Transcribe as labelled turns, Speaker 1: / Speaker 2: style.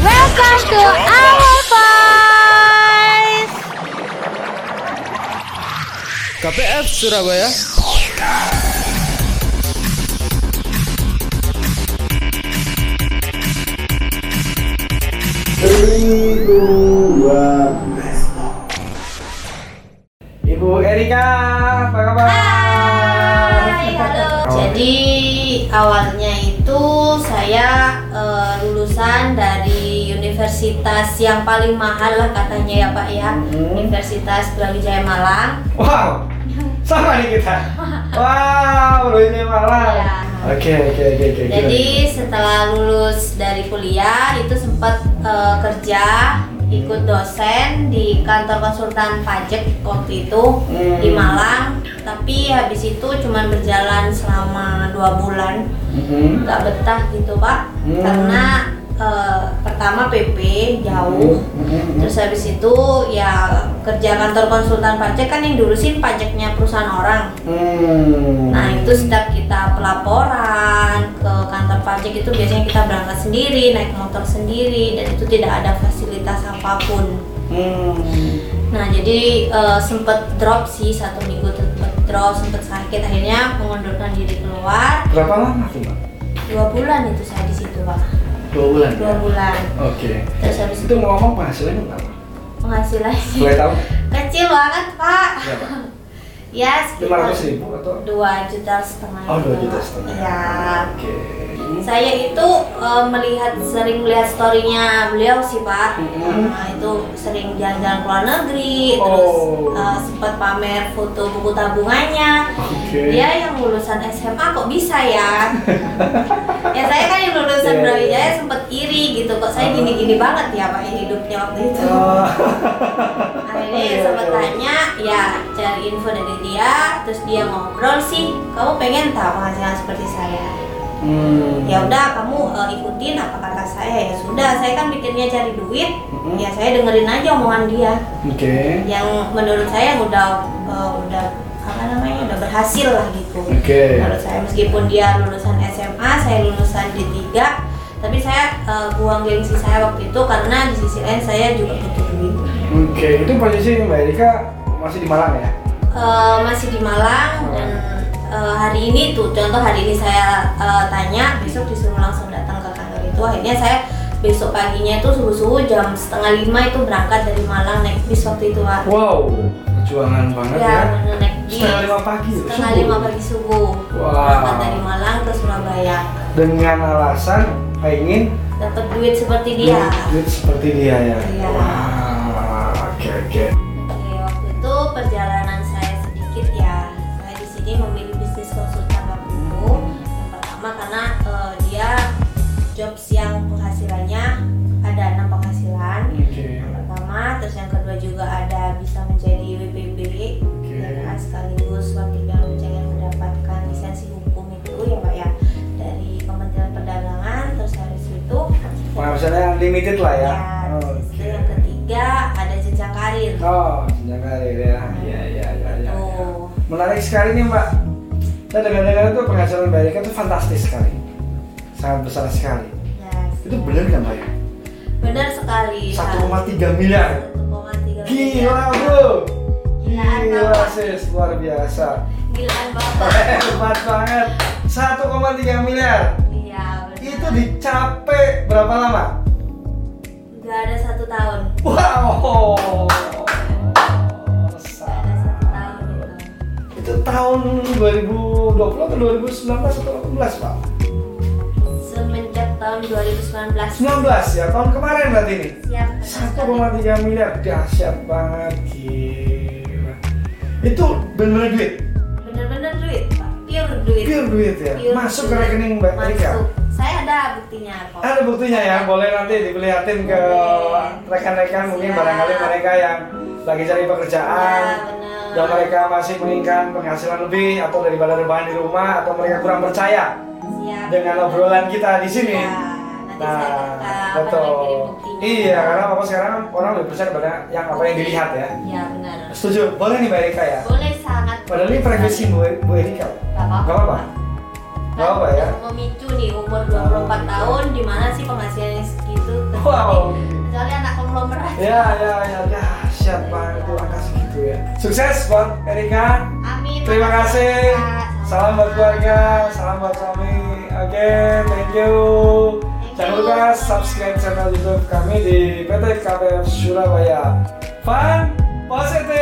Speaker 1: Welcome to our voice.
Speaker 2: KPF Surabaya.
Speaker 3: Ibu Erika, apa kabar?
Speaker 1: Hai, halo. Jadi awalnya itu saya eh, lulusan dari universitas yang paling mahal lah katanya ya Pak ya,
Speaker 3: Mhm.
Speaker 1: Universitas Brawijaya Malang.
Speaker 3: Wow, sama nih kita. Wow, Luisnya malam.
Speaker 1: Iya.
Speaker 3: Oke, oke, oke, oke. gimana?
Speaker 1: Jadi setelah lulus dari kuliah itu sempat eh, kerja ikut dosen di kantor konsultan pajak waktu itu
Speaker 3: Hmm.
Speaker 1: di Malang. Tapi habis itu cuma berjalan selama dua bulan
Speaker 3: Mhm.
Speaker 1: nggak betah gitu pak
Speaker 3: Hmm.
Speaker 1: karena eh, pertama PP jauh
Speaker 3: Mhm.
Speaker 1: terus habis itu ya kerja kantor konsultan pajak kan yang diurusin pajaknya perusahaan orang
Speaker 3: Hmm.
Speaker 1: nah itu setiap kita pelaporan ke kantor pajak itu biasanya kita berangkat sendiri naik motor sendiri dan itu tidak ada fasilitas apapun
Speaker 3: Hmm.
Speaker 1: nah jadi eh, sempet drop sih satu minggu sempet drop sempet sakit akhirnya mengundurkan diri keluar
Speaker 3: Berapa lama sih, Mbak?
Speaker 1: dua bulan itu saya di situ pak
Speaker 3: Dua bulan. ya?
Speaker 1: dua bulan
Speaker 3: Oke.
Speaker 1: Terus habis
Speaker 3: Itu mau ngomong penghasilannya berapa? Boleh
Speaker 1: penghasilannya
Speaker 3: tahu?
Speaker 1: kecil banget pak
Speaker 3: Berapa?
Speaker 1: ya
Speaker 3: Lima
Speaker 1: sekitar
Speaker 3: ratus ribu atau?
Speaker 1: dua juta setengah
Speaker 3: Oh, dua
Speaker 1: itu,
Speaker 3: juta
Speaker 1: Pak.
Speaker 3: setengah.
Speaker 1: Iya.
Speaker 3: Oke.
Speaker 1: saya itu eh, melihat sering melihat storynya beliau sih pak
Speaker 3: Mhm.
Speaker 1: Nah, itu sering jalan-jalan ke luar negeri terus
Speaker 3: Oh.
Speaker 1: eh, sempat pamer foto buku tabungannya
Speaker 3: Oke.
Speaker 1: dia yang lulusan SMA kok bisa ya ya saya kan yang lulusan
Speaker 3: Iya, iya.
Speaker 1: Brawijaya sempat iri gitu kok
Speaker 3: Ah.
Speaker 1: saya gini-gini banget ya pak hidupnya waktu itu
Speaker 3: Ah.
Speaker 1: akhirnya sempat
Speaker 3: Iya.
Speaker 1: tanya ya cari info dari dia terus dia ngobrol sih kamu pengen tak penghasilan seperti saya
Speaker 3: Hmm.
Speaker 1: ya udah kamu eh, ikutin apa kata saya ya sudah saya kan pikirnya cari duit
Speaker 3: Mhm.
Speaker 1: ya saya dengerin aja omongan dia
Speaker 3: Oke.
Speaker 1: yang menurut saya udah eh, udah apa namanya udah berhasil lah gitu
Speaker 3: Oke.
Speaker 1: menurut saya meskipun dia lulusan SMA saya lulusan D3 tapi saya eh, buang gengsi saya waktu itu karena di sisi lain saya juga butuh duit
Speaker 3: Oke, itu posisi Mbak Erika masih di Malang ya?
Speaker 1: Eh, masih di Malang dan eh, hari ini tuh contoh hari ini saya eh, tanya besok disuruh langsung datang ke kantor itu akhirnya saya besok paginya itu subuh subuh jam setengah lima itu berangkat dari Malang naik bis waktu itu pak
Speaker 3: Wow, perjuangan banget ya.
Speaker 1: ya bener, naik bis
Speaker 3: Setengah lima pagi,
Speaker 1: setengah
Speaker 3: subuh.
Speaker 1: lima pagi subuh
Speaker 3: Wow.
Speaker 1: berangkat dari Malang ke Surabaya
Speaker 3: Dengan alasan pengen
Speaker 1: dapat duit seperti dia
Speaker 3: duit- duit seperti dia ya.
Speaker 1: Iya.
Speaker 3: Wah, oke oke.
Speaker 1: Oke, waktu itu perjalanan saya sedikit ya. Saya di sini memilih bisnis konsultan waktu itu. Yang pertama karena eh, dia jobs yang penghasilannya ada enam penghasilan.
Speaker 3: Oke.
Speaker 1: Yang pertama, terus yang kedua juga ada bisa menjadi WPB dan kan sekaligus waktu yang menjaga mendapatkan lisensi hukum itu ya pak ya dari Kementerian Perdagangan terus habis itu
Speaker 3: Penghasilannya limited lah ya.
Speaker 1: ya, terus itu yang ketiga ada jejak karir
Speaker 3: Oh, jenjang karir ya. Iya iya iya iya. iya.
Speaker 1: Tuh.
Speaker 3: Menarik sekali nih Mbak. Saya dengar-dengar itu penghasilan Mbak Erika itu fantastis sekali. Sangat besar sekali.
Speaker 1: Yes.
Speaker 3: Itu benar nggak Mbak? ya?
Speaker 1: Benar sekali.
Speaker 3: 1,3 miliar. Gila
Speaker 1: 1,3 miliar.
Speaker 3: bro
Speaker 1: Gilaan
Speaker 3: Gila
Speaker 1: banget.
Speaker 3: sis, luar biasa
Speaker 1: Gilaan
Speaker 3: Eh.
Speaker 1: banget.
Speaker 3: Hebat banget 1,3 miliar
Speaker 1: Iya, benar.
Speaker 3: Itu dicapai berapa lama?
Speaker 1: Gak ada satu tahun.
Speaker 3: Wow
Speaker 1: Gak ada satu tahun gitu.
Speaker 3: Itu tahun 2020 atau 2019 atau 18 pak?
Speaker 1: Semenjak tahun 2019.
Speaker 3: 19 ya, tahun kemarin berarti ini
Speaker 1: Siap.
Speaker 3: 1,3 miliar, dahsyat banget Gila Itu bener duit?
Speaker 1: Bener-bener duit, Pak. Pure duit.
Speaker 3: Pure duit ya?
Speaker 1: Pure
Speaker 3: Masuk ke
Speaker 1: duit.
Speaker 3: rekening Mbak Erika?
Speaker 1: Masuk. Saya ada buktinya kok.
Speaker 3: Ada buktinya ya, boleh nanti diperlihatin ke
Speaker 1: Boleh.
Speaker 3: rekan-rekan mungkin
Speaker 1: Siap.
Speaker 3: barangkali mereka yang lagi cari pekerjaan
Speaker 1: Ya, benar.
Speaker 3: dan Ah, mereka masih menginginkan penghasilan lebih atau daripada rebahan di rumah atau mereka kurang percaya
Speaker 1: Siap.
Speaker 3: dengan obrolan kita di sini. Nah,
Speaker 1: Ya, nanti saya akan eh, apa
Speaker 3: betul.
Speaker 1: namanya, kirim buktinya.
Speaker 3: Iya, karena apa sekarang orang lebih percaya pada yang apa yang dilihat ya.
Speaker 1: Ya, benar.
Speaker 3: Setuju, boleh nih Mbak Erika ya.
Speaker 1: boleh sangat
Speaker 3: Padahal ini frekuensi Bu, E-, Bu Erika.
Speaker 1: Gak apa-apa.
Speaker 3: Gak apa-apa.
Speaker 1: Kan
Speaker 3: Gak apa ya.
Speaker 1: Memicu nih umur 24 tahun di mana sih penghasilan yang segitu
Speaker 3: Wow.
Speaker 1: Kecuali
Speaker 3: Ya, ya, ya, dahsyat banget tuh angka segitu ya. Sukses buat Erika.
Speaker 1: Amin.
Speaker 3: Terima kasih.
Speaker 1: Pak.
Speaker 3: Salam buat keluarga, salam buat suami. Oke, thank you.
Speaker 1: Thank
Speaker 3: Jangan
Speaker 1: you.
Speaker 3: lupa subscribe channel YouTube kami di PT KPF Surabaya. Fun, positif.